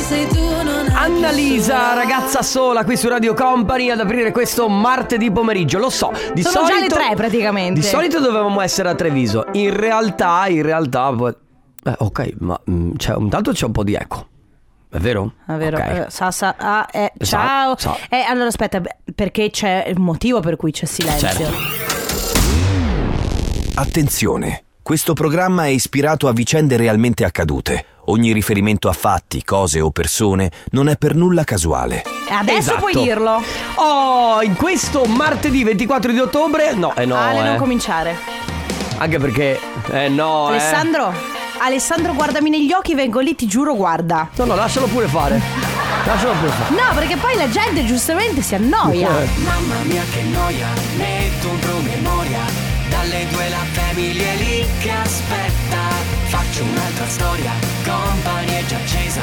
sei tu non hai Annalisa, più ragazza sola qui su Radio Company ad aprire questo martedì pomeriggio. Lo so, di Sono già solito le tre, praticamente. Di solito dovevamo essere a Treviso. In realtà, in realtà poi- eh, ok, ma mm, c'è- intanto c'è un po' di eco. È vero? È vero, Ok. Esatto, eh, sa, sa- ah, eh, Sa- ciao. sa. Eh, allora aspetta, beh, perché c'è un motivo per cui c'è silenzio. Certo. Attenzione, questo programma è ispirato a vicende realmente accadute. Ogni riferimento a fatti, cose o persone non è per nulla casuale. Eh, Adesso Esatto. puoi dirlo. Oh, in questo martedì 24 di ottobre. No, eh no. Ale, non eh. cominciare. Anche perché. Eh no. eh. Alessandro, Alessandro, guardami negli occhi, vengo lì, ti giuro, guarda. No, no, lascialo pure fare. Lascialo pure fare. No, perché poi la gente giustamente si annoia. Mamma mia che noia, metto un promemoria Dalle due la famiglia è lì che aspetta Faccio un'altra storia, company è già accesa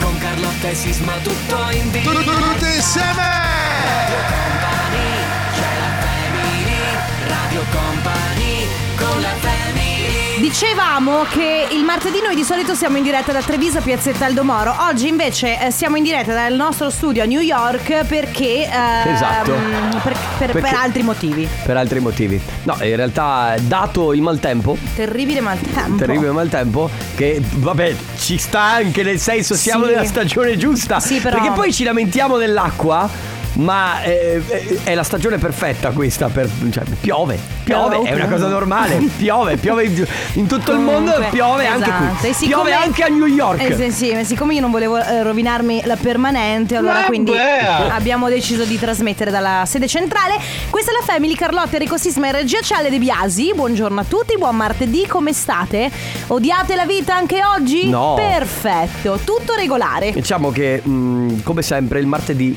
Con Carlotta e Sisma tutto in diretta Tutti insieme! C'è la family, Radio Company Con la family Dicevamo che il martedì noi di solito siamo in diretta da Treviso, Piazzetta Aldomoro. Oggi invece eh, siamo in diretta dal nostro studio a New York perché... eh, Esatto. mm, per- per- Perché- per altri motivi. Per altri motivi. No, in realtà, dato il maltempo. Terribile maltempo. Terribile maltempo che vabbè ci sta anche nel senso siamo Sì. nella stagione giusta Sì, però- perché poi ci lamentiamo dell'acqua ma eh, eh, è la stagione perfetta questa per, cioè, piove piove Però- è una cosa normale piove piove in, in tutto il mondo Comunque, piove anche esatto. qui E siccome- piove anche a New York Eh, sì, sì, ma siccome io non volevo eh, rovinarmi la permanente, allora quindi abbiamo deciso di trasmettere dalla sede centrale. Questa è la Family Carlotta, Enrico Sisma e Regia Ciale De Biasi. Buongiorno a tutti, buon martedì, come state? Odiate la vita anche oggi? No. Perfetto, tutto regolare. Diciamo che, mh, come sempre, il martedì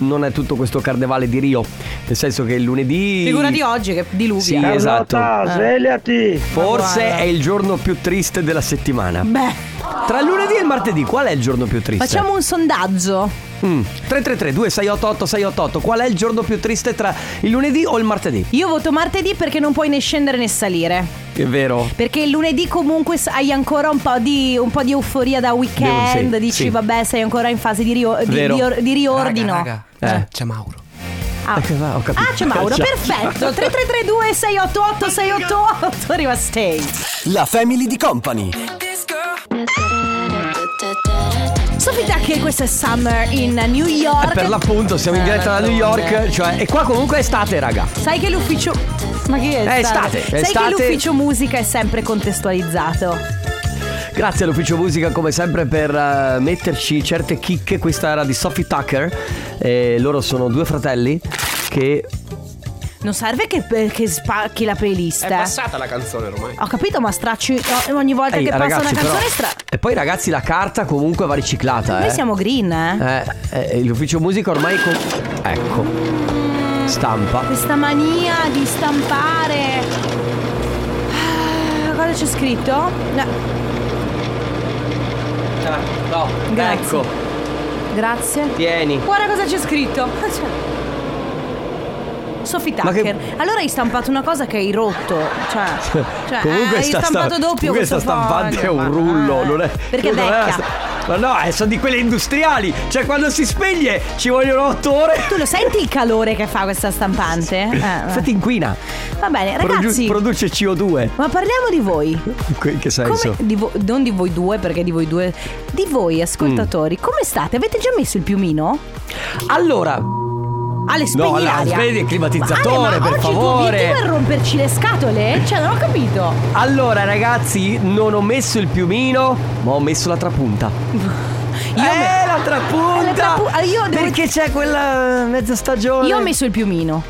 non è tutto questo carnevale di Rio. Nel senso che il lunedì. Figura di oggi che diluvia. Sì, esatto. Eh. svegliati! Ma Forse guarda. è il giorno più triste della settimana. Beh, Tra il lunedì e il martedì, qual è il giorno più triste? facciamo un sondaggio. Mm. 333 2688 688 Qual è il giorno più triste tra il lunedì o il martedì? Io voto martedì perché non puoi né scendere né salire. È vero. Perché il lunedì comunque s- hai ancora un po' di, un po' di euforia da weekend, Devo- sì, dici sì. vabbè sei ancora in fase di, rio- di, Vero. di or- di riordino. Eh. c'è Mauro Ah. Eh, va, ho capito. Ah, c'è Mauro, Ciao. perfetto. 3332 688 688 arriva Stay. La Family di Company. Sapete che questo è Summer in New York. Eh, Per l'appunto siamo in diretta da New York, cioè e qua comunque è estate, raga. Sai che l'ufficio Ma che È è? estate? Eh, estate, è Sai estate. che l'ufficio musica è sempre contestualizzato. Grazie all'ufficio musica come sempre per eh, metterci certe chicche. Questa era di Sophie Tucker. E loro sono due fratelli che... Non serve che, eh, che spacchi la playlist. eh. la canzone ormai. Ho capito, ma stracci no, ogni volta Ehi, che passa ragazzi, una però- Eh. canzone stra... E poi ragazzi la carta comunque va riciclata. Noi eh. siamo green, eh. Eh, eh, l'ufficio musica ormai... con- Ecco. Stampa. Questa mania di stampare. Ah, Cosa c'è scritto? No, no. Grazie. Ecco. grazie. Tieni. Guarda cosa c'è scritto. Ah, cioè. Sophie Ma che- Tucker. Allora hai stampato una cosa che hai rotto. Cioè, cioè hai sta- sta- stampato doppio comunque sta questo stampante è foglio, un ma- rullo, ah, non è. Perché non è becca. la sta- ma no, eh, sono di quelle industriali. Cioè, quando si spegne ci vogliono otto ore. Tu lo senti il calore che fa questa stampante? Eh, va- Infatti inquina. va bene, Produ- ragazzi. produce CO2. ma parliamo di voi. In che senso? Come, di vo- non di voi due, perché di voi due. Di Mm. voi, ascoltatori, come state? Avete già messo il piumino? Allora, Ale, no, spegni allora, l'aria. spegni il Ma Ale, climatizzatore, ma per oggi favore. il tuo obiettivo è romperci le scatole? Cioè, non ho capito. Allora, ragazzi, non ho messo il piumino, ma ho messo la trapunta. Io eh, me- la trapunta! La trapu- ah, io devo- Perché c'è quella mezza stagione. Io ho messo il piumino.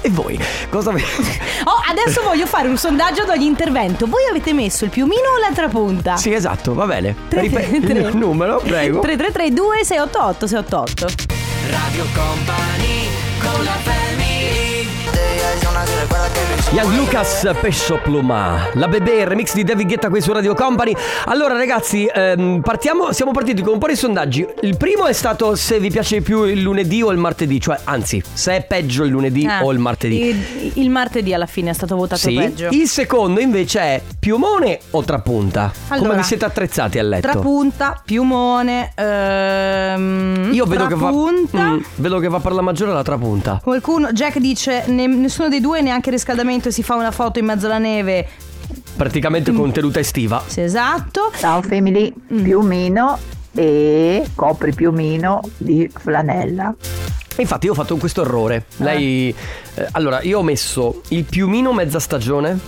E voi? Cosa avete? Oh, adesso voglio fare un sondaggio ad ogni intervento. Voi avete messo il piumino o l'altra punta? Sì, esatto, va bene. Tre- Ripeti tre- il numero, prego. 3332 688 688. Radio Company con la family Young Lucas Pescio Pluma, la bebè, il remix di David Guetta qui su Radio Company. Allora ragazzi, ehm, partiamo, siamo partiti con un po' di sondaggi. Il primo è stato se vi piace di più il lunedì o il martedì, cioè anzi, se è peggio il lunedì Ah, o il martedì. Il, il martedì alla fine è stato votato Sì. peggio. Il secondo invece è piumone o trapunta? Come Allora, vi siete attrezzati a letto? Trapunta, piumone, ehm, Io vedo che, va, trapunta. Mm, vedo che va per la maggiore la trapunta. Qualcuno, Jack dice, "Ne- nessuno dei due neanche riscaldamento si fa una foto in mezzo alla neve. Praticamente Mm. con tenuta estiva. Sì, esatto. Ciao family, piumino e copri piumino di flanella. E Infatti io ho fatto questo errore. Lei... eh, allora, io ho messo il piumino mezza stagione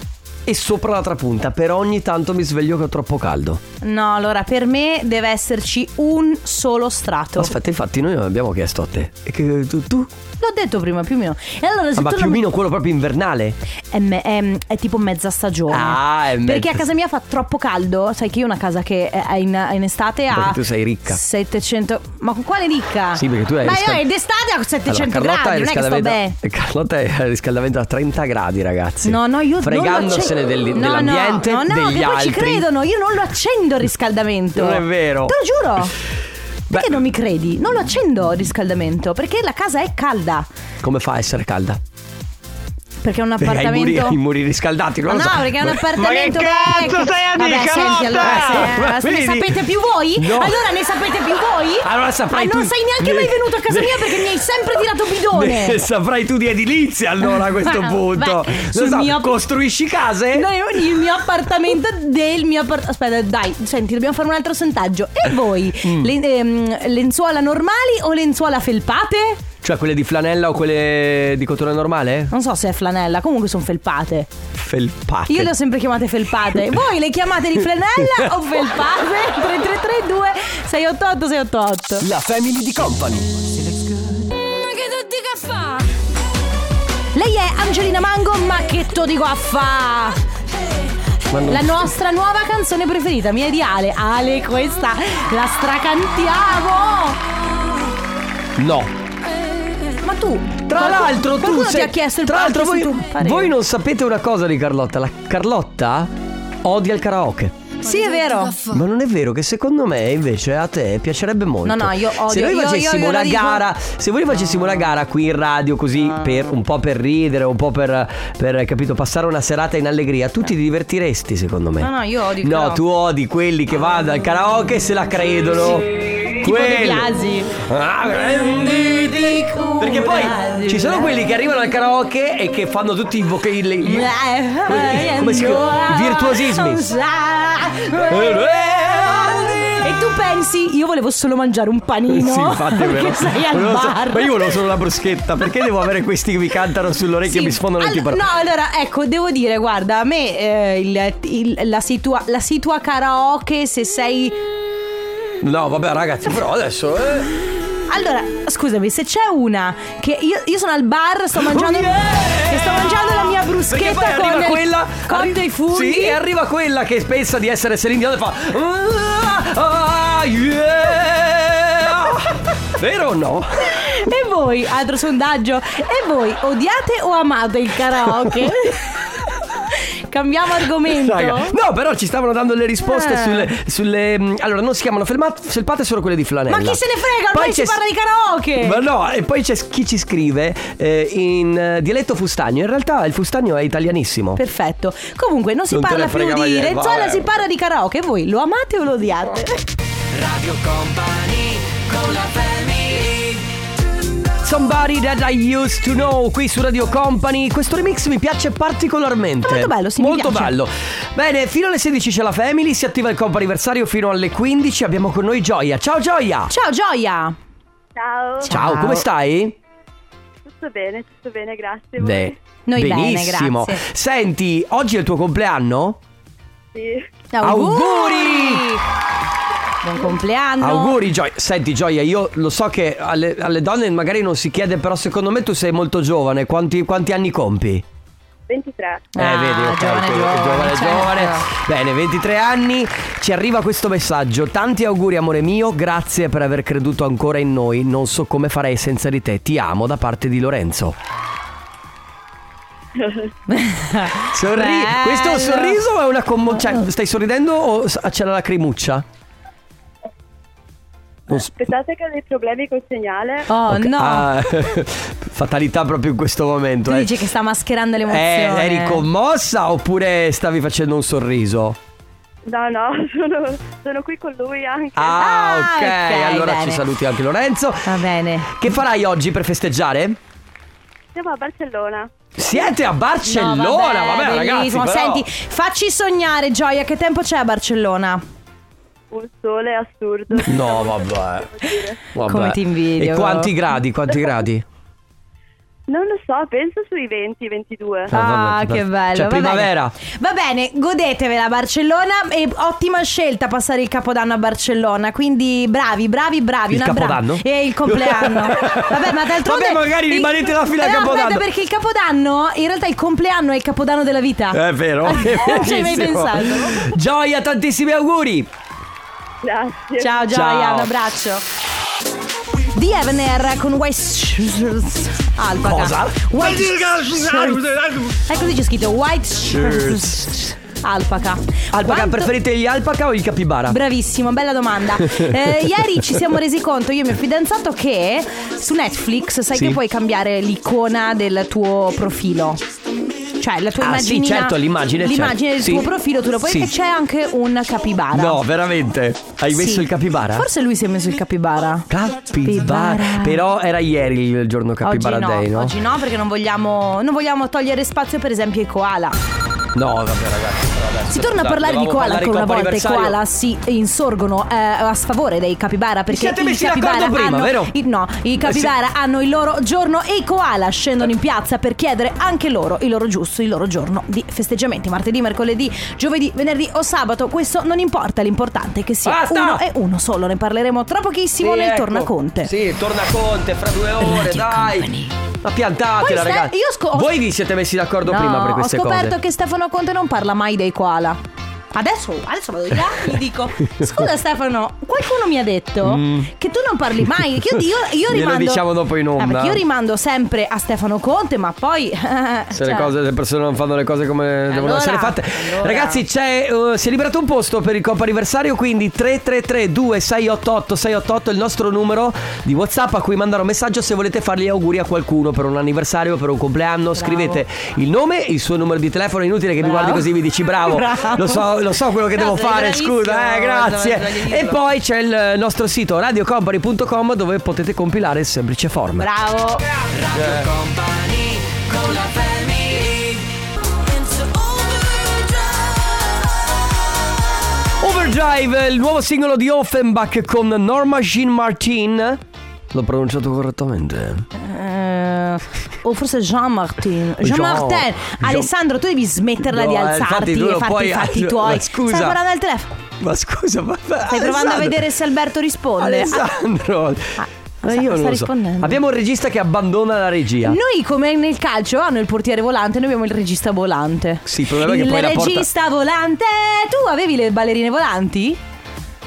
e sopra la trapunta, però ogni tanto mi sveglio che ho troppo caldo. No, allora per me deve esserci un solo strato. Aspetta, infatti noi non abbiamo chiesto a te. E che tu... tu? L'ho detto prima, piumino. E allora se Ah, ma tu non- piumino quello proprio invernale. È, me- è- è tipo mezza stagione. Ah, è mezza- Perché a casa mia fa troppo caldo. Sai che io ho una casa che è è in, è in estate ha. Perché tu sei ricca. 700. Ma con quale ricca? Sì, perché tu hai Ma riscal- io è d'estate a 700 allora, Carlotta gradi. è Non è che sto bene. riscaldamento- Carlotta è riscaldamento a 30 gradi, ragazzi. No, no, io non Fregandosene lo accen- del- No, dell'ambiente, no, no, no, degli che poi altri. ci credono, io non lo accendo il riscaldamento. Non è vero. Te lo giuro. Beh. Perché non mi credi? Non lo accendo il riscaldamento perché la casa è calda. Come fa a essere calda? Perché è un Perché ha i muri, appartamento. ha i muri riscaldati, non lo Ma Ah, no, so. perché è un Ma- appartamento. Ma che cazzo stai a dire, Vabbè, senti, Carlotta? allora, eh, se- Eh, Ma ne Ah, vedi? sapete più voi? No. Allora ne sapete più voi? Allora saprai Ma non tu- sei neanche mai ne- venuto a casa ne- mia perché mi hai sempre tirato bidone. Beh, saprai tu di edilizia allora a questo Beh, punto. sul Lo so, mio- costruisci case? No, io- il mio appartamento del mio appartamento. Aspetta, dai, senti, dobbiamo fare un altro sondaggio. E voi? Mm. Le- ehm, lenzuola normali o lenzuola felpate? Cioè quelle di flanella o quelle di cotone normale? Non so se è flanella, comunque sono felpate. Felpate. Io le ho sempre chiamate felpate. Voi le chiamate di flanella o felpate? 3332 688 688. La family di company. Lei è Angelina Mango, ma che to di guaffa! Ma non- La nostra nuova canzone preferita, mia e di Ale. Ale, questa la stracantiamo! No. Ma tu, Tra qualcuno- l'altro tu qualcuno ti sei- ha chiesto il Tra l'altro voi, parto se tu pareri. voi non sapete una cosa di Carlotta, la Carlotta odia il karaoke. Sì, è vero. Ma non è vero che secondo me invece a te piacerebbe molto. No, no, io Se odio- noi io- io- facessimo io lo una dico- Ah. gara, se voi facessimo una gara qui in radio così per un po' per ridere, un po' per, per, capito, passare una serata in allegria, tu ti divertiresti secondo me. No, no, io odio il No, karaoke. Ah. tu odi quelli che vanno al karaoke e se la credono. Tipo Quelli. De Biasi. Ah, prenditi cura Perché poi di ci sono me. quelli che arrivano al karaoke e che fanno tutti i vocali Eh. Come si chiama? Virtuosismi. Eh, E tu pensi, io volevo solo mangiare un panino. Sì, infatti è vero. Perché sei al Volevo so- bar. ma io volevo solo la bruschetta, perché devo avere questi che mi cantano sull'orecchio e mi sfondano Allo- il timbro? No, allora, ecco, devo dire, guarda, a me eh, il- il- la, situa, la situa karaoke, se sei... No, vabbè, ragazzi, però adesso. eh. Allora, scusami, se c'è una che io, io sono al bar, sto mangiando... Oh, yeah! che sto mangiando la mia Perché poi bruschetta arriva con... il- quella. Con arri- dei funghi. Sì, arriva quella che pensa di essere Celine Dion e fa. "Ah, ah, yeah!" Vero o no? E voi, altro sondaggio, e voi odiate o amate il karaoke? Cambiamo argomento. Raga, No, però ci stavano dando le risposte Eh. sulle, sulle, mm, Allora, non si chiamano felma- felpate, solo quelle di flanella. Ma chi se ne frega? Ormai si c'è- parla di karaoke. Ma no, e poi c'è chi ci scrive eh, in eh, dialetto fustagno. In realtà il fustagno è italianissimo. Perfetto. Comunque non si Non te parla ne più frega mai di niente, Renzola, vabbè. si parla di karaoke. Voi lo amate o lo odiate? Radio Company con la family Somebody that I used to know qui su Radio Company. Questo remix mi piace particolarmente. Molto bello, sì, mi Molto piace. bello. Bene, fino alle 16 c'è la Family, si attiva il compo anniversario fino alle 15. Abbiamo con noi Gioia. Ciao Gioia! Ciao Gioia. Ciao, Ciao, come stai? tutto bene, tutto bene, grazie. Beh, Noi bene, benissimo. grazie. Senti, oggi è il tuo compleanno? Sì. Auguri! Buon compleanno. Auguri Gioia. Senti Gioia, io lo so che alle, alle donne magari non si chiede, però secondo me tu sei molto giovane. Quanti, quanti anni compi? 23. Eh, Ah, vedi, ok, giovane, quindi giovane, giovane, certo. giovane. Bene, 23 anni, ci arriva questo messaggio. Tanti auguri, amore mio, grazie per aver creduto ancora in noi. Non so come farei senza di te. Ti amo da parte di Lorenzo. Sorri- Bello. questo sorriso è una commo- cioè, stai sorridendo o s- c'è la lacrimuccia? Non s- Aspettate che ho dei problemi col segnale. Oh ok, no. ah, fatalità proprio in questo momento. tu eh. dici che sta mascherando Eh, l'emozione. eri commossa oppure stavi facendo un sorriso? No, no, sono, sono qui con lui anche. Ah, Ah, ok. ok, allora bene. ci saluti anche Lorenzo. Va bene. Che farai oggi per festeggiare? Siamo a Barcellona. Siete a No, Barcellona, vabbè, ragazzi. bellissimo. però- Senti, facci sognare, Gioia, che tempo c'è a Barcellona? Un sole assurdo. No, vabbè. Vabbè. Come ti invidio, E quanti però. gradi? Quanti gradi? Non lo so, penso sui 20, 22. Ah, Ah, vabbè, che per- bello. cioè, va bene. primavera. Va bene, godetevela Barcellona. E ottima scelta passare il capodanno a Barcellona. Quindi bravi, bravi, bravi. Il una bra- Capodanno? E il compleanno. Vabbè, ma Vabbè, d'altronde. magari il- rimanete la fila Eh, a no, Capodanno. Aspetta, perché il capodanno, in realtà, il compleanno è il capodanno della vita. È vero. Non Ah. ci hai mai bellissimo. pensato. Gioia, tantissimi auguri. Grazie. Ciao, Gioia, Ciao. un abbraccio. Di Evener con West Alpaca. Cosa? White Ecco lì c'è scritto White Shirts. Alpaca. Alpaca, Quanto- preferite gli alpaca o il capibara? Bravissimo, bella domanda. Eh, ieri ci siamo resi conto, io e mio fidanzato, che su Netflix sai Sì. che puoi cambiare l'icona del tuo profilo. Cioè, la tua Ah, sì, immagine. certo, l'immagine, L'immagine certo. del Sì. tuo profilo, tu lo puoi. Sì. E c'è anche un capibara. No, veramente. Hai Sì. messo il capibara? Forse lui si è messo il capibara. Capibara. Però era ieri il giorno Capibara oggi no, Day, no? Oggi no, perché non vogliamo, non vogliamo togliere spazio, per esempio, ai koala. No, vabbè, ragazzi. però adesso- Si torna a Dai, parlare di dovevamo koala parlare ancora una volta. I anniversario. koala si insorgono eh, a sfavore dei capibara perché siete i messi capibara d'accordo prima, hanno, vero? Eh, i- no, i capibara hanno il loro giorno e i koala scendono Certo. in piazza per chiedere anche loro il loro giusto, il loro giorno di festeggiamenti. Martedì, mercoledì, giovedì, venerdì o sabato. Questo non importa, l'importante è che sia Basta! uno e uno solo. Ne parleremo tra pochissimo Sì, nel ecco. Tornaconte. Sì, Tornaconte, fra due ore, Radio dai. Company. Ma piantatela, Poi, ragazzi. Ste- io sco- ho- Voi vi siete messi d'accordo No, prima per queste ho scoperto cose. che Stefano Conte non parla mai dei koala. Adesso, adesso vado di là e gli dico: Scusa, Stefano, qualcuno mi ha detto che tu non parli mai. Che io, io, io Mm. Glielo rimando. diciamo dopo in onda. Ah, perché io rimando sempre a Stefano Conte, ma poi. cioè, Se le, cose, le persone non fanno le cose come devono Allora, essere fatte. allora. Ragazzi, c'è, eh, si è liberato un posto per il Coppa anniversario, quindi 333 2688 688 è il nostro numero di WhatsApp a cui mandare un messaggio se volete fargli auguri a qualcuno per un anniversario, per un compleanno. Scrivete il nome, il suo numero di telefono, è inutile che mi Bravo. guardi così e mi dici bravo. Bravo. Lo, so, lo so quello che No, devo sei fare, bravissimo. scusa, eh, No, voglio dirlo. grazie. E poi c'è il eh, nostro sito radiocompany.com dove potete compilare il semplice form. Bravo. Overdrive, il nuovo singolo di Offenbach con Norma Jean Martin. L'ho pronunciato correttamente. Eh, o forse Jean-Martin. Jean. Jean-Martin. Jean. Alessandro, tu devi smetterla No, di eh, alzarti infatti tu e non farti puoi- i fatti ma tuoi. scusa. Stai guardando il telefono. Ma scusa, ma Stai provando a vedere se Alberto risponde. Alessandro. Ah, Ma sta- io sta non lo so. rispondendo. Abbiamo un regista che abbandona la regia. Noi come nel calcio hanno il portiere volante, noi abbiamo il regista volante. Sì, il problema è che il poi la porta- regista volante. Tu avevi le ballerine volanti?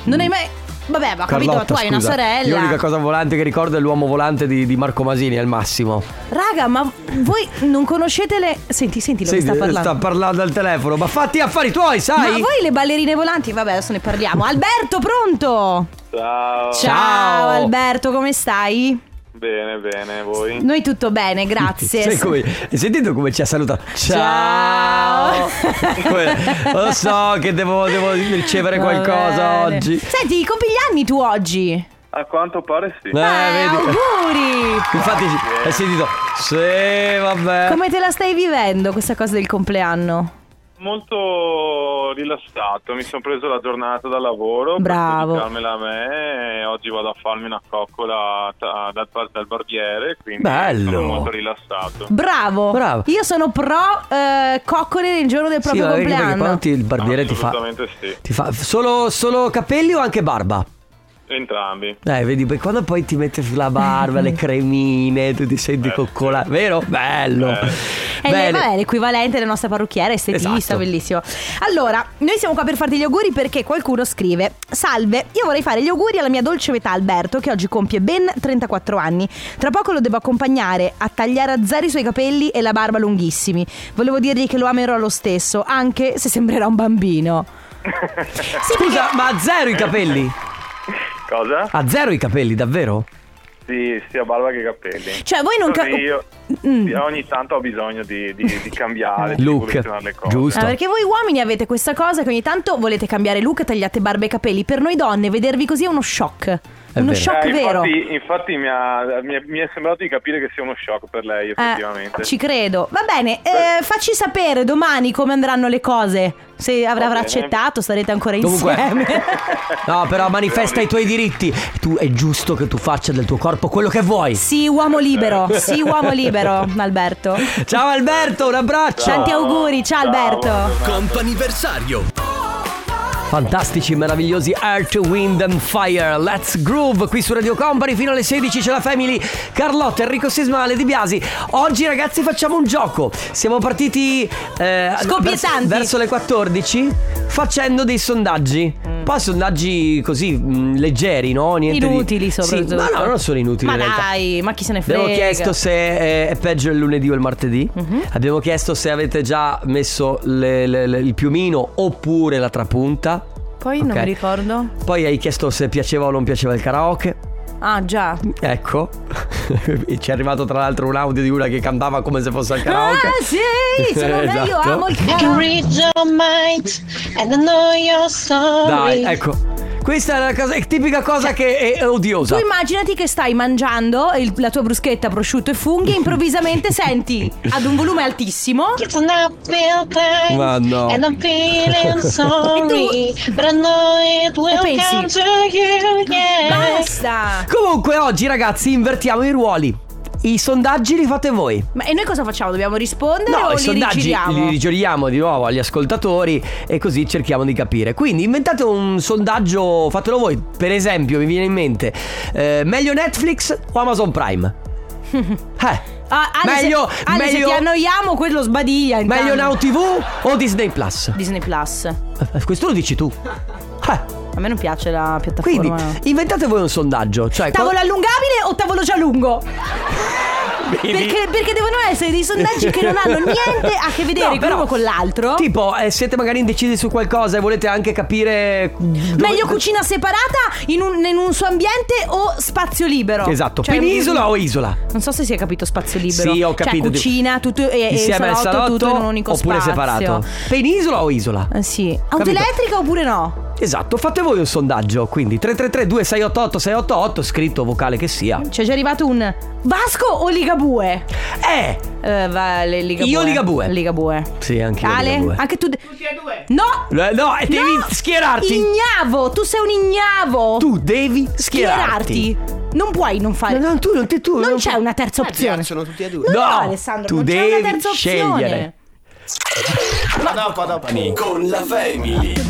Non hai mai Vabbè, ma ho capito, ma Mm. Carlotta, tu hai una scusa. Io sorella. l'unica cosa volante che ricordo è l'uomo volante di, di Marco Masini, al massimo. Raga, ma voi non conoscete le Senti, senti, lo che Senti, sta parlando. al telefono, ma fatti affari tuoi, Ma sai? voi le ballerine volanti? Vabbè, adesso ne parliamo. Alberto, pronto? Ciao. Ciao. Alberto, come stai? Bene, bene, voi? Noi tutto bene, grazie. Sai come- hai sentito come ci ha salutato? Ciao. Ciao! Que- Lo so che devo, devo ricevere Va qualcosa bene. oggi. Eh, Senti, compi gli anni tu oggi? A quanto pare sì. Eh, Eh, vedi? auguri! Infatti hai sentito. Sì, vabbè. Come te la stai vivendo questa cosa del compleanno? Molto rilassato, mi sono preso la giornata da lavoro Bravo. per dedicarmela a me e oggi vado a farmi una coccola ta- dal, dal barbiere, quindi Bello. sono molto rilassato. Bravo! Bravo. Io sono pro eh, coccole nel giorno del Sì, proprio ma vedi, perché compleanno. quando ti- il barbiere ti fa Assolutamente sì. ti fa solo, solo capelli o anche barba? Entrambi. Dai, vedi, poi quando poi ti mette sulla barba le cremine, tu ti senti Eh, coccolato, vero? Bello. È il- Eh, vabbè, l'equivalente della nostra parrucchiera, estetista, Esatto. bellissimo. Allora, noi siamo qua per farti gli auguri perché qualcuno scrive: Salve, io vorrei fare gli auguri alla mia dolce metà Alberto, che oggi compie ben 34 anni. Tra poco lo devo accompagnare a tagliare a zero i suoi capelli e la barba lunghissimi. Volevo dirgli che lo amerò lo stesso, anche se sembrerà un bambino. Sì, Scusa, ma a zero Eh. i capelli? Cosa? Ah. A zero i capelli, davvero? Sì, sia barba che capelli. Cioè, voi non Così ca- io Mm. sì, ogni tanto ho bisogno di, di- di cambiare, di Look, rivoluzionare le cose. giusto. Ah, perché voi uomini avete questa cosa che ogni tanto volete cambiare look, tagliate barba e capelli. Per noi donne, vedervi così è uno shock. uno vero. shock Eh, vero. infatti, infatti mi, ha- mi è, mi è sembrato di capire che sia uno shock per lei, Eh, effettivamente. ci credo. Va bene, eh, facci sapere domani come andranno le cose. Se avrà, Va avrà bene. accettato, sarete ancora Comunque- insieme. No, però manifesta i tuoi diritti. Tu è giusto che tu faccia del tuo corpo quello che vuoi. Sii uomo libero, Eh. sii uomo libero, Alberto. Ciao Alberto, un abbraccio. Tanti auguri, ciao Alberto. Comp'anniversario! Fantastici, meravigliosi Earth, Wind and Fire. Let's groove qui su Radio Company fino alle 16 c'è la Family. Carlotta, Enrico Sismale, Di Biasi. Oggi ragazzi facciamo un gioco. Siamo partiti eh, Scoppietanti. vers- verso le 14 facendo dei sondaggi. Poi sondaggi così mh, leggeri, no? Niente di- Inutili soprattutto. Sì, ma no, non sono inutili Ma in realtà. dai, ma chi se ne frega. Mhm. Abbiamo chiesto se eh, è peggio il lunedì o il martedì. Abbiamo chiesto se avete già messo le- le- le- il piumino oppure la trapunta. Poi non Ok. mi ricordo. Poi hai chiesto se piaceva o non piaceva il karaoke. Ah, già. Ecco, E ci è arrivato tra l'altro un audio di una che cantava come se fosse al karaoke. Ah, sì, ah, sono me, io Esatto. amo il karaoke. Dai, ecco. Questa è la cosa- è tipica cosa che è, è odiosa. Tu immaginati che stai mangiando il- la tua bruschetta, prosciutto e funghi e improvvisamente senti ad un volume altissimo Ma no. e tu e pensi basta. Comunque oggi ragazzi invertiamo i ruoli. I sondaggi li fate voi. Ma e noi cosa facciamo? Dobbiamo rispondere o i li sondaggi rigiriamo? li rigiriamo di nuovo agli ascoltatori e così cerchiamo di capire. Quindi inventate un sondaggio, fatelo voi. Per esempio, mi viene in mente eh, meglio Netflix o Amazon Prime? Eh. Ah, Ale, se- meglio, Ale, se, meglio, ti annoiamo quello sbadiglia intanto. meglio Now TV o Disney Plus? Disney Plus. A Eh, Questo lo dici tu. Eh, me non piace la quindi piattaforma. inventate voi un sondaggio. Cioè, Tavolo allungabile o tavolo già lungo? Perché, perché devono essere dei sondaggi che non hanno niente a che vedere No, però, l'uno con l'altro. Tipo, eh, siete magari indecisi su qualcosa e volete anche capire. dove- Meglio cucina separata in un, in un suo ambiente o spazio libero? Esatto, Cioè, penisola o isola? Non so se si è capito spazio libero. Sì, ho capito. Cioè, cucina tutto e, e Insieme al salotto, salotto tutto in un unico oppure spazio. separato. Penisola o isola? Eh, sì. Autoelettrica oppure no? Esatto, fate voi un sondaggio, quindi 333 2688 688 scritto vocale che sia. C'è Cioè, già arrivato un Vasco o Ligabue? Eh! Eh, vale, Ligabue. Io Ligabue. Ligabue. Sì, anche io. Ale, Ligabue. anche tu. Tutti e due. No! Eh, No, e devi No! schierarti. Ignavo, tu sei un ignavo. Tu devi schierarti. Non puoi non fare. No, no, tu non ti tu non non- c'è una Eh, terza opzione. Eh, Piacciono tutti e due. No, No, Alessandro, tu non c'è devi una terza opzione. scegliere. Dopo, dopo. Con la family!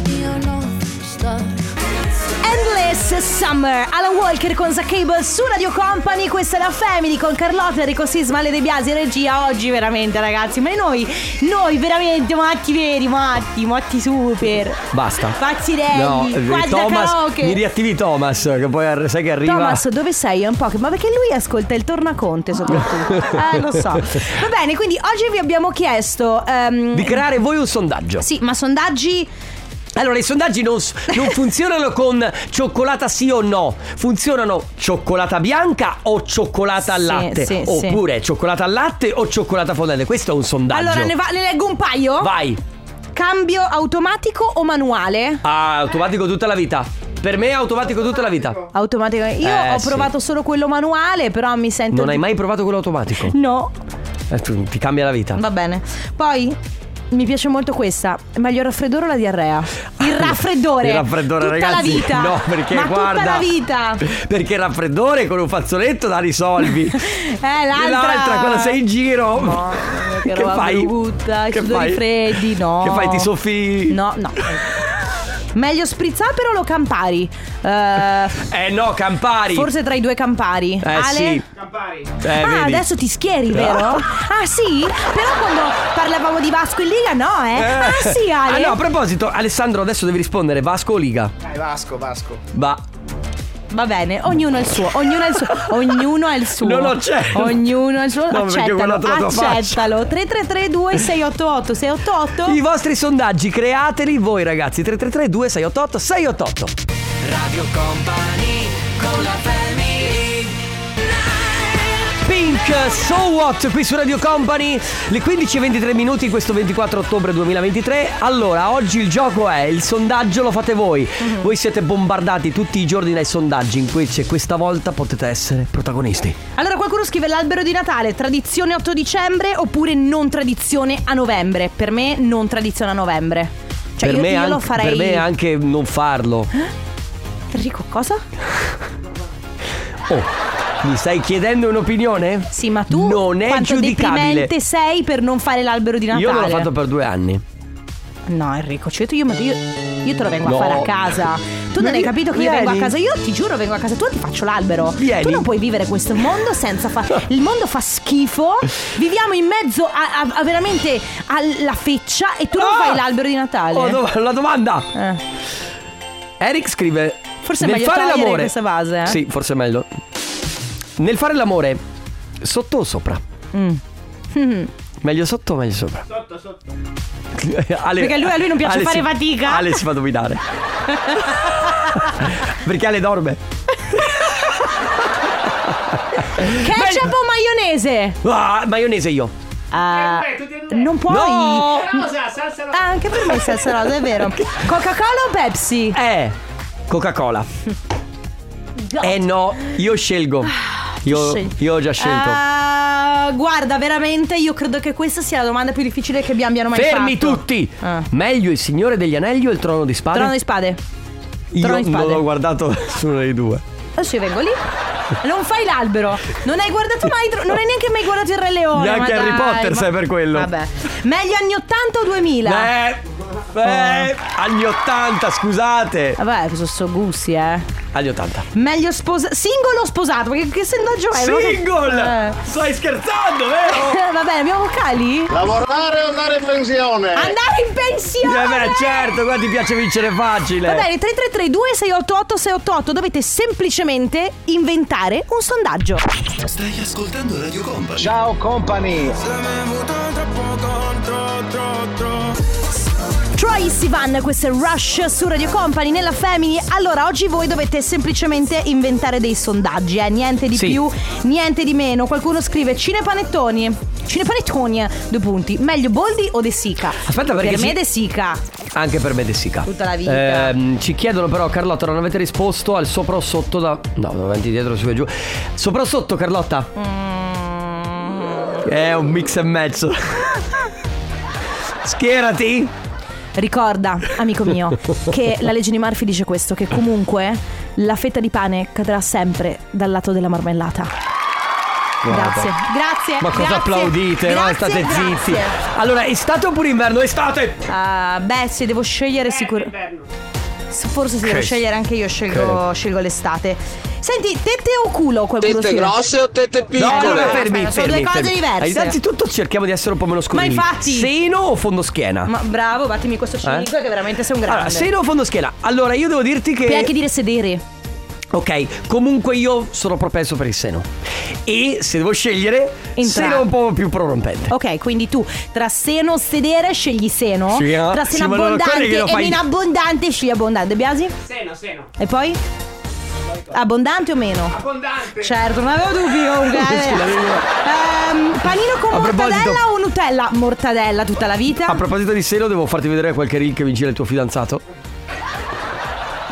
Endless Summer, Alan Walker con The Cable su Radio Company, questa è la Family con Carlotta, Enrico Sisma, Ale De Biasi, regia oggi veramente ragazzi, ma noi, noi veramente matti veri, matti, matti super. Basta. Pazzirelli, No, eh, quasi da Thomas, karaoke. mi riattivi Thomas, che poi ar- sai che arriva. Thomas, dove sei? È un Pokémon. Ma perché lui ascolta il tornaconte soprattutto. eh, lo so. Va bene, quindi oggi vi abbiamo chiesto... ehm, Di creare voi un sondaggio. sì, ma sondaggi... Allora, i sondaggi non, s- non funzionano con cioccolata sì o no, funzionano cioccolata bianca o cioccolata al Sì, latte, sì, sì. oppure cioccolata al latte o cioccolata fondente. Questo è un sondaggio. Allora, ne, va- ne leggo un paio. Vai, Cambio automatico o manuale? Ah, automatico tutta la vita. Per me è automatico tutta la vita. Automaticamente. Io Eh, ho sì. provato solo quello manuale, però mi sento. Non hai mai provato quello automatico? No, Eh, tu- ti cambia la vita. va bene. Poi. Mi piace molto questa. Meglio il raffreddore o la diarrea? Il raffreddore. Ah, Il raffreddore, tutta ragazzi. la vita. No, perché Ma guarda. Tutta la vita. Perché il raffreddore con un fazzoletto la risolvi. Eh, l'altra. L'altra, quando sei in giro. Mamma mia, che roba brutta, i sudori freddi, no. Che fai? Ti soffi. No, no. Meglio sprizzapero o Campari? Eh, Eh no, Campari. forse tra i due Campari. Eh Ale? sì. Eh, ah, vedi. adesso ti schieri, vero? ah, sì? Però quando parlavamo di Vasco in Liga, no, eh? Eh. Ah, sì, Ale. Ah no, a proposito, Alessandro adesso devi rispondere Vasco o Liga? Dai, Vasco, Vasco. Va. Va bene, ognuno ha il suo, ognuno ha il suo, ognuno ha il suo. Non ho certo. Ognuno ha il suo. No, perché ho accettalo, guardato la tua faccia. accettalo. 3332 688 688. I vostri sondaggi createli voi ragazzi 333 2688 688. Radio Company con la family Pink, so what? Qui su Radio Company, le 15.23 minuti, questo 24 ottobre 2023. Allora, oggi il gioco è il sondaggio, lo fate voi. Mhm. Voi siete bombardati tutti i giorni dai sondaggi, in cui c'è questa volta potete essere protagonisti. Allora qualcuno scrive l'albero di Natale, tradizione 8 dicembre oppure non tradizione a novembre. Per me non tradizione a novembre. Cioè per, io, me io anche, lo farei. per me anche non farlo. Enrico, cosa? Oh, mi stai chiedendo un'opinione? Sì, ma tu Non è quanto giudicabile. deprimente sei per non fare l'albero di Natale? Io l'ho fatto per due anni. No, Enrico, cioè io, io, io te lo vengo No. a fare a casa. Tu Ma non hai vi- capito che io vengo a vieni. casa. Io ti giuro, vengo a casa tua e ti faccio l'albero. Vieni. Tu non puoi vivere questo mondo senza fare. Il mondo fa schifo. Viviamo in mezzo a, a- a veramente alla feccia e tu non Ah! fai l'albero di Natale. Oh, dov- la domanda! Eh. Eric scrive: Forse è nel meglio fare togliere l'amore. questa base, eh? Sì, forse è meglio. Nel fare l'amore, sotto o sopra? Mm. Meglio sotto o meglio sopra? Sotto, sotto. Ale, Perché a lui- a lui non piace Ale fare si- fatica. Ale si fa dominare. Perché Ale dorme. Ketchup o maionese? Ah, maionese io. Ah, non puoi. No! Ah, anche per me è salsa rosa, è vero. Coca-Cola o Pepsi? Eh, Coca-Cola. Eh no, io scelgo. Io, Ah, Scegli. io ho già scelto. Ah, guarda, veramente, io credo che questa sia la domanda più difficile che vi abbiano mai Fermi fatto. tutti! Ah. Meglio il Signore degli Anelli o il Trono di Spade? Trono di spade. Io Trono di non Spade. l'ho guardato nessuno dei due. Adesso io vengo lì. Non fai l'albero. Non hai guardato mai. tro- Non hai neanche mai guardato il Re Leone. Neanche ma Harry dai, Potter, ma- sai per quello. Eh, Vabbè. Meglio anni 80 o 2000? Beh, Oh. beh, anni 80, eh, scusate. Eh, Vabbè, sono so gusti, eh. Anni 80. Meglio sposato. Singolo o sposato? Perché che sondaggio è? Single! Eh. Stai scherzando, vero? Va bene, abbiamo vocali? Lavorare o andare in pensione? Andare in Eh pensione! beh, certo, qua ti piace vincere facile. Va bene, 3332 688 688 dovete semplicemente inventare un sondaggio. Stai ascoltando Radio Company. Ciao company. Troy Sivan, questo è Rush su Radio Company nella Family. Allora, oggi voi dovete semplicemente inventare dei sondaggi, eh? niente di Sì. più, niente di meno. Qualcuno scrive cinepanettoni. Cinepanettoni, due punti. Meglio Boldi o De Sica? Aspetta, perché Per si- me De Sica. Anche per me De Sica. Tutta la vita. Ehm, ci chiedono però, Carlotta, non avete risposto al sopra o sotto da... No, davanti, dietro, su e giù. Sopra o sotto, Carlotta? Mm. È un mix e mezzo. Schierati. Eh, Ricorda, amico mio, che la legge di Murphy dice questo, che comunque la fetta di pane cadrà sempre dal lato della marmellata. Grazie, grazie. Ma cosa grazie, applaudite? no, grazie, state grazie. zitti. Allora, estate oppure inverno? Estate! Ah, beh, se devo scegliere sicuramente. Forse se devo Ok. scegliere anche io scelgo, Ok. scelgo l'estate. Senti, tette o culo qualcuno scrive? o tette No, Eh, allora, allora, fermi, aspetta, sono fermi, due cose fermi. diverse. Eh, Innanzitutto cerchiamo di essere un po' meno scurili. infatti. Seno o fondo schiena? Ma bravo, battimi questo 5 Eh? che veramente sei un grande. Allora, seno o fondo schiena? Allora, io devo dirti che... Puoi anche dire sedere. Ok, comunque io sono propenso per il seno. E se devo scegliere, Entrambi. seno un po' più prorompente. Ok, quindi tu tra seno o sedere scegli seno. Sì, eh. Tra Sì, seno ma non abbondante occorre che lo e fai- meno abbondante scegli abbondante. Biasi? Seno, seno. E poi? Abbondante o meno? Abbondante. Certo, non avevo dubbi comunque. eh. Ehm, panino con A mortadella proposito- o Nutella? Mortadella tutta la vita. A proposito di seno, devo farti vedere qualche reel che mi gira il tuo fidanzato.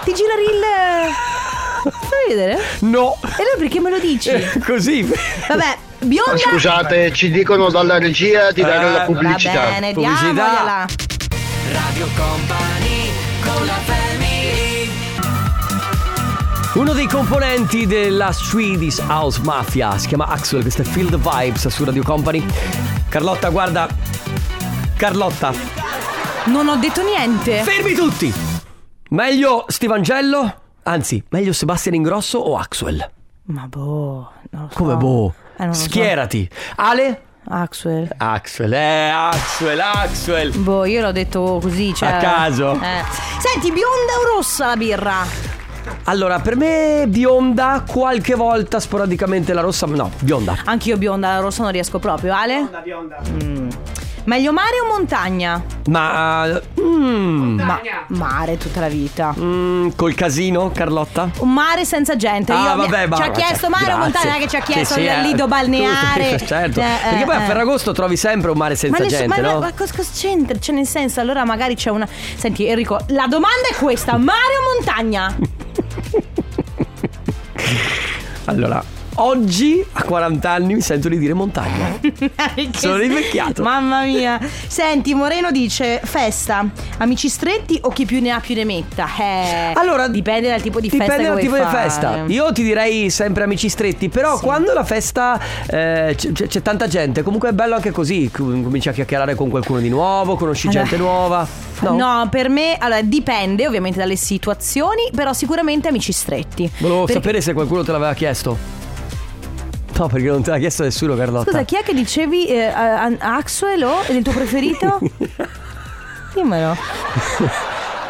Ti gira il... eh, Fai vedere? E No! allora perché me lo dici? Eh. Così. Vabbè, bionda... Scusate, ci dicono dalla regia di dare Eh, la Va pubblicità. bene, Pubblicità. diamogliela. Radio Company con la family Uno dei componenti della Swedish House Mafia si chiama Axel, questa è Field Vibes su Radio Company. Carlotta, guarda. Carlotta, Non ho detto niente. fermi tutti! Meglio Stivangello? Anzi, meglio Sebastian Ingrosso o Axwell? Ma boh, non lo so. Come boh? Eh, non lo so. Schierati. Ale? Axwell. Axwell, eh, Axwell, Axwell. Boh, io l'ho detto così, cioè. A caso. Eh. Senti, bionda o rossa la birra? Allora, per me bionda, qualche volta sporadicamente la rossa, no, bionda. Anch'io bionda, la rossa non riesco proprio, Ale? Bionda, bionda. Meglio mare o montagna? Ma mm, Ma- mare tutta la vita. mm, col casino, Carlotta? Un mare senza gente. Ah, Io- vabbè, ci ha Barbara, chiesto cioè, mare o grazie. montagna che ci ha Sì, chiesto sì, il eh, lido tu- balneare. tu- certo. Eh, Perché eh, poi a eh. Ferragosto trovi sempre un mare senza ma nessu- gente, ma- no? ma cosa, cosa c'entra? Cioè, nel senso, allora magari c'è una. Senti, Enrico, la domanda è questa: mare o montagna? Allora, oggi a 40 anni mi sento di dire montagna. Che- Sono invecchiato. Mamma mia. Senti, Moreno dice: festa, amici stretti o chi più ne ha più ne metta? Eh, Allora, dipende dal tipo di festa. Dipende che dal vuoi tipo di fare. festa. Io ti direi sempre amici stretti, però quando la festa eh, c- c- c'è, tanta gente, comunque è bello anche così, com- cominci a chiacchierare con qualcuno di nuovo, conosci Allora- gente nuova. No. No. per me allora, dipende ovviamente dalle situazioni, però sicuramente amici stretti. Volevo Perché- sapere se qualcuno te l'aveva chiesto. No, perché non te l'ha chiesto nessuno, Carlotta. Scusa, chi è che dicevi eh, a- a- Axwell o è il tuo preferito? Dimmelo. Ho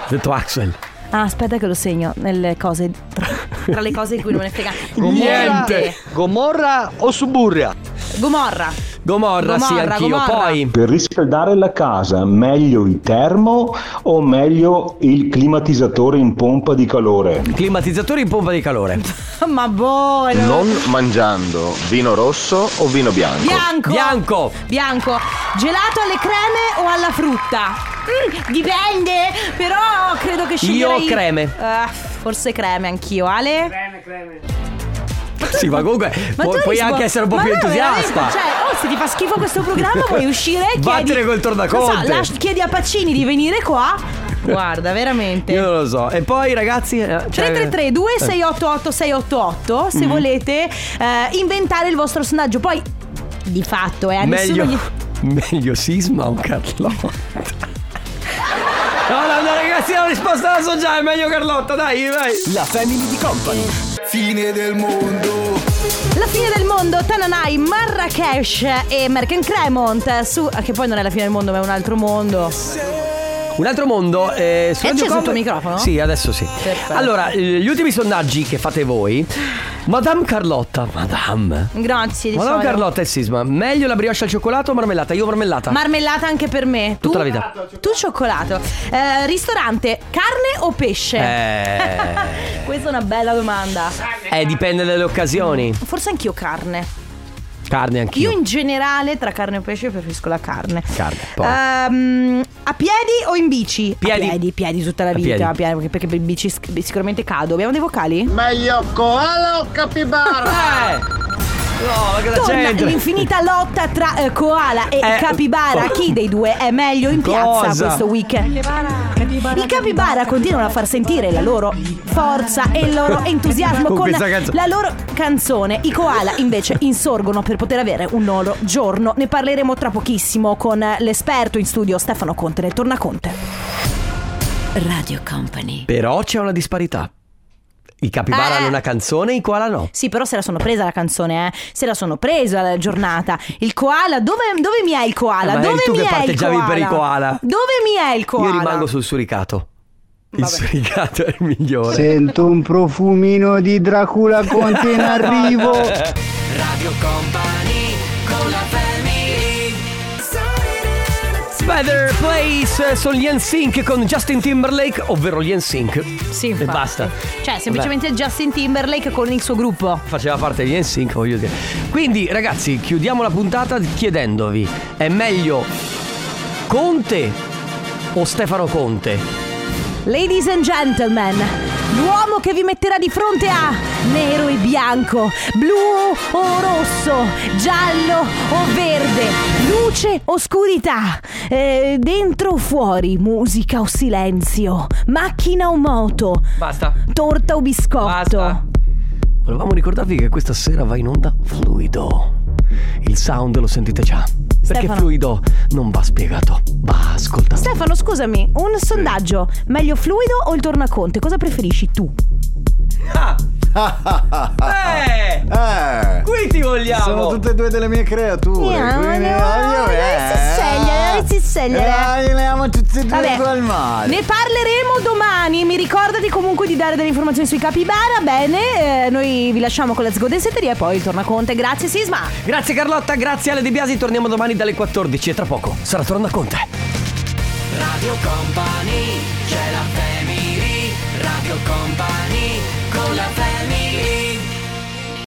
detto Axel. Ah, aspetta che lo segno nelle cose tra, tra le cose di cui non me ne frega Niente. Gomorra o Suburria? Gomorra. Gomorra, sì, Gomorra, anch'io. Gomorra. Poi. Per riscaldare la casa, meglio il termo o meglio il climatizzatore in pompa di calore? Climatizzatore in pompa di calore. Ma boh. no. Non mangiando vino rosso o vino bianco? Bianco. Bianco. Bianco. Gelato alle creme o alla frutta? Mm, dipende, però credo che sceglierei Io creme. Ah, forse creme anch'io, Ale. Sì, ma comunque Ma puoi, tu puoi rispo- anche essere un po' Ma più no, entusiasta. veramente, Cioè, oh, se ti fa schifo questo programma, puoi uscire e chiedi. Vattene col tornaconte. Non so, lasci- chiedi a Pacini di venire qua. Guarda, veramente. Io non lo so. E poi, ragazzi. eh, cioè- Mm-hmm. 333 2688 688 se volete eh, inventare il vostro sondaggio. Poi di fatto, eh, a Meglio, nessuno gli... meglio sisma o Carlotta? No, no, no, ragazzi, la risposta la so già. È meglio Carlotta, dai, vai. La family di company. Fine del mondo. La fine del mondo, Tananai, Marrakesh e Merken Cremont su ah, che poi non è la fine del mondo, ma è un altro mondo. Un altro mondo. Eh, su Radio È acceso il tuo Company- microfono? Sì, adesso sì. Perfetto. Allora, eh, gli ultimi sondaggi che fate voi. Madame Carlotta, Madame. Grazie, diciamo. Madame Carlotta e Sisma, meglio la brioche al cioccolato o marmellata? Io marmellata. Marmellata anche per me. Tutta tu, la vita. Tu cioccolato. Eh, ristorante, carne o pesce? eh, Questa è una bella domanda. eh, dipende dalle occasioni. Forse anch'io carne. Carne Io anch'io. in generale tra carne e pesce preferisco la carne. Carne, poi. Ehm, a piedi o in bici? Piedi. A piedi, piedi tutta la vita. piedi. a piedi, perché per bici sc- sicuramente cado. Abbiamo dei vocali? Meglio koala o capibara? Eh! No, ma che la Torna c'entra? l'infinita lotta tra eh, koala e Eh, capibara. oh. Chi dei due è meglio in piazza Cosa? questo weekend? I capibara continuano a far sentire la loro forza e il loro entusiasmo Con con, questa canzone. la loro canzone. I koala invece insorgono per poter avere un loro giorno. Ne parleremo tra pochissimo con l'esperto in studio Stefano Conte del Tornaconte. Radio Company. Però c'è una disparità. I capibara Eh. hanno una canzone, i koala no. Sì, però se la sono presa la canzone, eh. Se la sono presa la giornata. Il koala, dove, dove mi è il koala? Eh, ma eri dove tu mi che è parteggiavi il koala? per il koala. Dove mi è il koala? Io rimango sul suricato. Il suricato è il migliore. Sento un profumino di Dracula Conte in arrivo. Radio Company con la family. Better Place eh, sono gli NSYNC con Justin Timberlake, ovvero gli NSYNC. Sì, E infatti. basta. Cioè, semplicemente Justin Timberlake con il suo gruppo. Faceva parte degli NSYNC, voglio dire. Quindi, ragazzi, chiudiamo la puntata chiedendovi: è meglio Conte o Stefano Conte? Ladies and gentlemen, l'uomo che vi metterà di fronte a nero e bianco, blu o rosso, giallo o verde, luce o oscurità, eh, dentro o fuori, musica o silenzio, macchina o moto, Basta. torta o biscotto. Basta. Volevamo ricordarvi che questa sera va in onda fluido. Il sound lo sentite già. Perché Stefano. fluido non va spiegato, va ascoltato. Stefano, scusami, un sondaggio. Meglio fluido o il tornaconte? Cosa preferisci tu? eh! Eh! Qui ti vogliamo! Sono tutte e due delle mie creature. Andiamo, quindi- andiamo, Ah, dai, eh. si sceglie, dai, si sceglie. Dai, andiamo tutte e due Vabbè, col mare. Ne parleremo domani. Mi ricordati comunque di dare delle informazioni sui capibara. Bene, eh, noi vi lasciamo con la sgodenseteria e poi il tornaconte. Grazie, Sisma. Grazie Carlotta, grazie Ale De Biasi, torniamo domani dalle 14 e tra poco sarà torna con te. Radio Company, c'è la family, Radio Company, con la family.